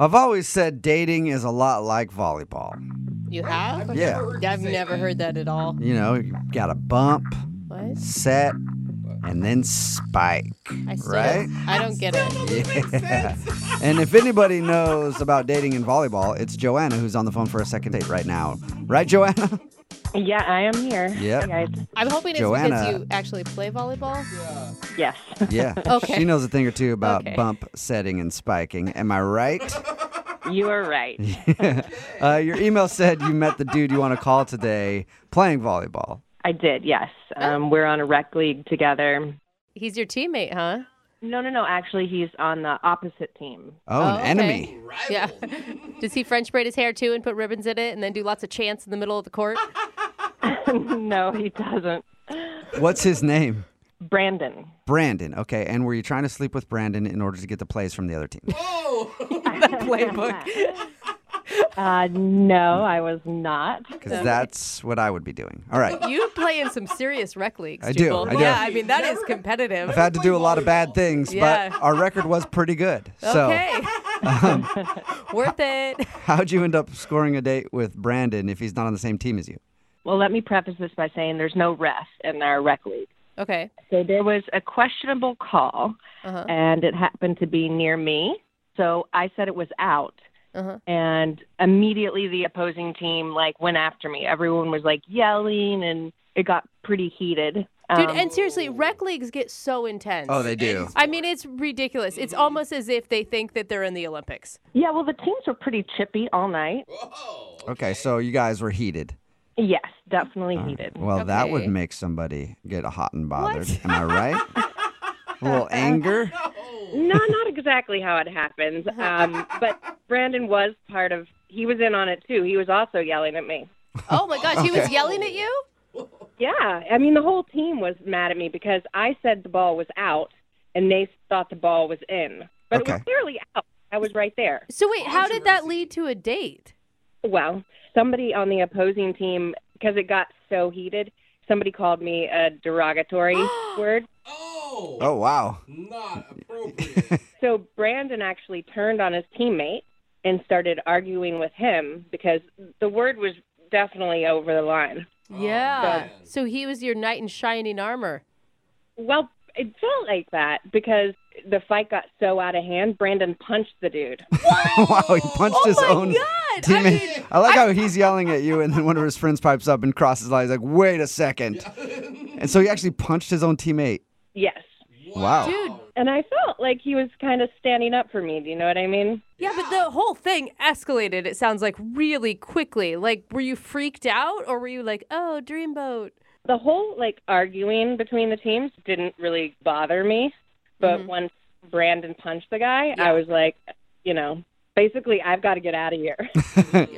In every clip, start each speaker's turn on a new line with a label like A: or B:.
A: I've always said dating is a lot like volleyball.
B: You have?
A: Yeah.
B: I've never heard that at all.
A: You know, you got a bump,
B: What?
A: set, and then spike.
B: I still
A: Right?
B: don't- I don't get it.
A: Yeah. And if anybody knows about dating in volleyball, it's Joanna who's on the phone for a second date right now. Right, Joanna?
C: Yeah, I am here.
A: Yep.
C: Hey, guys.
B: I'm hoping it's
A: Joanna.
B: because you actually play volleyball.
C: Yes.
A: Yeah.
B: Okay.
A: She knows a thing or two about
B: Okay.
A: bump setting and spiking. Am I right?
C: You are right.
A: uh, your email said you met the dude you want to call today playing volleyball.
C: I did, yes. Um, we're on a rec league together.
B: He's your teammate, huh?
C: No, no, no. Actually, he's on the opposite team.
A: Oh, an
B: okay.
A: enemy.
B: Yeah. Does he French braid his hair too and put ribbons in it and then do lots of chants in the middle of the court?
C: no, he doesn't.
A: What's his name?
C: Brandon.
A: Brandon. Okay. And were you trying to sleep with Brandon in order to get the plays from the other team?
C: Uh, no, I was not.
A: Because that's what I would be doing. All right.
B: You play in some serious rec leagues.
A: I do,
B: Jubal.
A: I do.
B: Yeah, I mean that is competitive.
A: I've had to do a lot of bad things,
B: Yeah.
A: but our record was pretty good.
B: Okay.
A: um,
B: Worth it.
A: So, how'd you end up scoring a date with Brandon if he's not on the same team as you?
C: Well, let me preface this by saying there's no ref in our rec league.
B: Okay.
C: So there was a questionable call,
B: Uh-huh.
C: and it happened to be near me. So I said it was out,
B: Uh-huh.
C: and immediately the opposing team like went after me. Everyone was like yelling, and it got pretty heated.
B: Dude,
C: Um,
B: and seriously, rec leagues get so intense.
A: Oh, do.
B: I mean, it's ridiculous. It's almost as if they think that they're in the Olympics.
C: yeah, well, the teams were pretty chippy all night.
A: Okay. So, you guys were heated.
C: Yes, definitely heated.
A: Well, that would
B: Okay.
A: make somebody get hot and bothered. Am I right? a little anger?
C: No, not exactly how it happens.
B: Uh-huh.
C: Um, but Brandon was part of. He was in on it too. He was also yelling at me.
B: Oh my gosh, he was yelling at you?
C: Yeah, I mean the whole team was mad at me because I said the ball was out, and they thought the ball was in, but it
A: Okay.
C: was clearly out. I was right there.
B: So wait, how did that lead to a date?
C: Well, somebody on the opposing team, because it got so heated, somebody called me a derogatory word.
A: Oh, wow.
C: So Brandon actually turned on his teammate and started arguing with him because the word was definitely over the line.
B: Oh, yeah. So he was your knight in shining armor.
C: Well, it felt like that because the fight got so out of hand. Brandon punched the dude.
A: wow, he punched his
B: Oh my
A: own
B: God. I
A: teammate. I,
B: mean,
A: like how he's yelling at you, and then one of his friends pipes up and crosses his eyes, like, wait a second. and so he actually punched his own teammate.
C: Yes.
A: Wow.
B: Dude.
C: And I felt like he was kind of standing up for me. Do you know what I mean?
B: Yeah, but the whole thing escalated, it sounds like, really quickly. Like, were you freaked out or were you like, oh, dreamboat?
C: The whole like arguing between the teams didn't really bother me, but once Brandon punched the guy, I was like, you know, basically I've got to get out of here.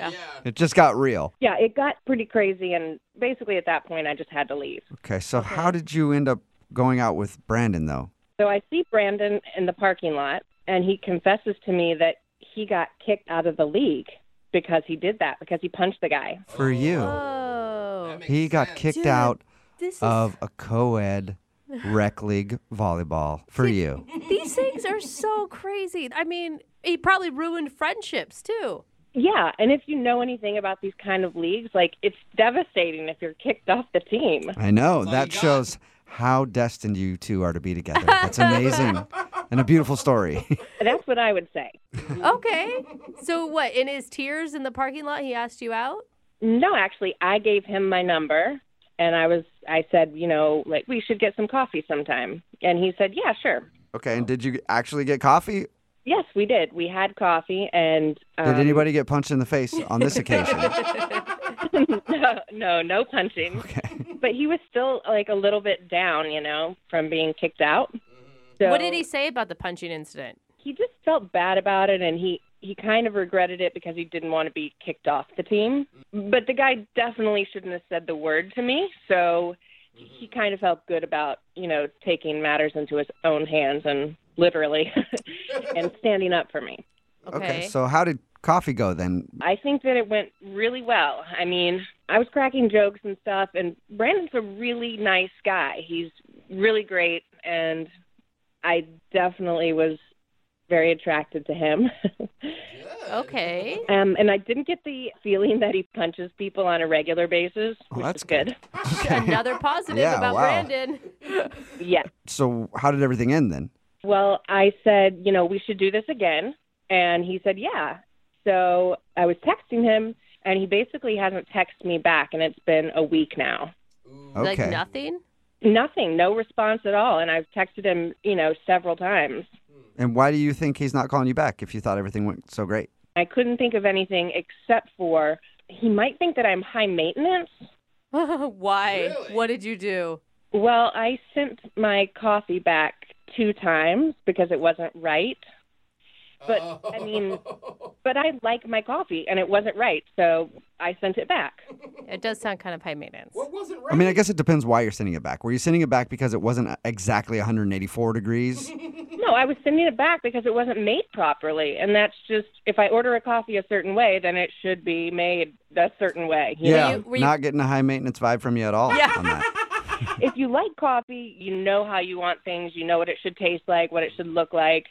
A: It just got real.
C: yeah, it got pretty crazy and basically at that point I just had to leave.
A: Okay, so how did you end up going out with Brandon, though?
C: So I see Brandon in the parking lot, and he confesses to me that he got kicked out of the league because he did that, because he punched the guy.
A: For you,
B: Oh.
A: he got kicked
B: Dude,
A: out
B: This is,
A: of a co ed rec league volleyball for you.
B: these things are so crazy. I mean, he probably ruined friendships too.
C: Yeah, and if you know anything about these kind of leagues, like it's devastating if you're kicked off the team.
A: I know. That shows how destined you two are to be together. That's amazing and a beautiful story.
C: That's what I would say.
B: Okay. So what? In his tears in the parking lot, he asked you out?
C: No, actually, I gave him my number, and I was I said, you know, like we should get some coffee sometime, and he said, yeah, sure.
A: okay, and did you actually get coffee?
C: Yes, we did. We had coffee, and um,
A: Did anybody get punched in the face on this occasion?
C: no, no, no punching. But he was still like a little bit down, you know, from being kicked out. So
B: What did he say about the punching incident?
C: He just felt bad about it, and he he kind of regretted it because he didn't want to be kicked off the team. But the guy definitely shouldn't have said the word to me. So he kind of felt good about, you know, taking matters into his own hands and literally and standing up for me.
B: Okay.
A: So how did coffee go then?
C: I think that it went really well. I mean, I was cracking jokes and stuff, and Brandon's a really nice guy. He's really great, and I definitely was very attracted to him.
B: okay.
C: um, and I didn't get the feeling that he punches people on a regular basis,
A: Oh,
C: which
A: that's
C: is good.
B: Another positive
A: Yeah,
B: about
A: wow.
B: Brandon.
C: Yeah.
A: So how did everything end then?
C: Well, I said, you know, we should do this again. And he said, yeah. So I was texting him, and he basically hasn't texted me back, and it's been a week now.
A: Okay.
B: Like nothing.
C: Nothing, no response at all. And I've texted him, you know, several times.
A: And why do you think he's not calling you back if you thought everything went so great?
C: I couldn't think of anything except for he might think that I'm high maintenance.
B: Why? What did you do?
C: Well, I sent my coffee back two times because it wasn't right. But I mean, but I like my coffee and it wasn't right, so I sent it back.
B: It does sound kind of high maintenance.
A: I mean, I guess it depends why you're sending it back. Were you sending it back because it wasn't exactly 184 degrees?
C: No, I was sending it back because it wasn't made properly, and that's just if I order a coffee a certain way, then it should be made a certain way. you
A: yeah.
C: know?
B: you- were you-
A: Not getting a high maintenance vibe from you at all
B: Yeah.
A: on that.
C: if you like coffee, you know how you want things, you know what it should taste like, what it should look like.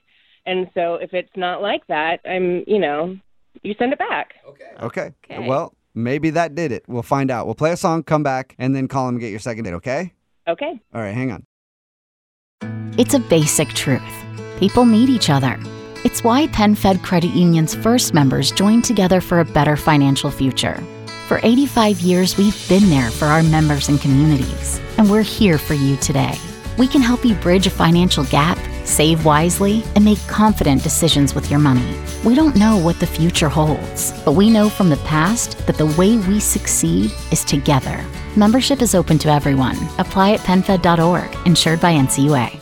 C: And so if it's not like that, I'm, you know, you send it back.
A: Okay.
B: Okay.
A: Well, maybe that did it. We'll find out. We'll play a song, come back, and then call him and get your second date, okay?
C: Okay.
A: All right, hang on.
D: It's a basic truth. People need each other. It's why PenFed Credit Union's first members joined together for a better financial future. For 85 years, we've been there for our members and communities, and we're here for you today. We can help you bridge a financial gap, save wisely, and make confident decisions with your money. We don't know what the future holds, but we know from the past that the way we succeed is together. Membership is open to everyone. Apply at penfed.org, insured by NCUA.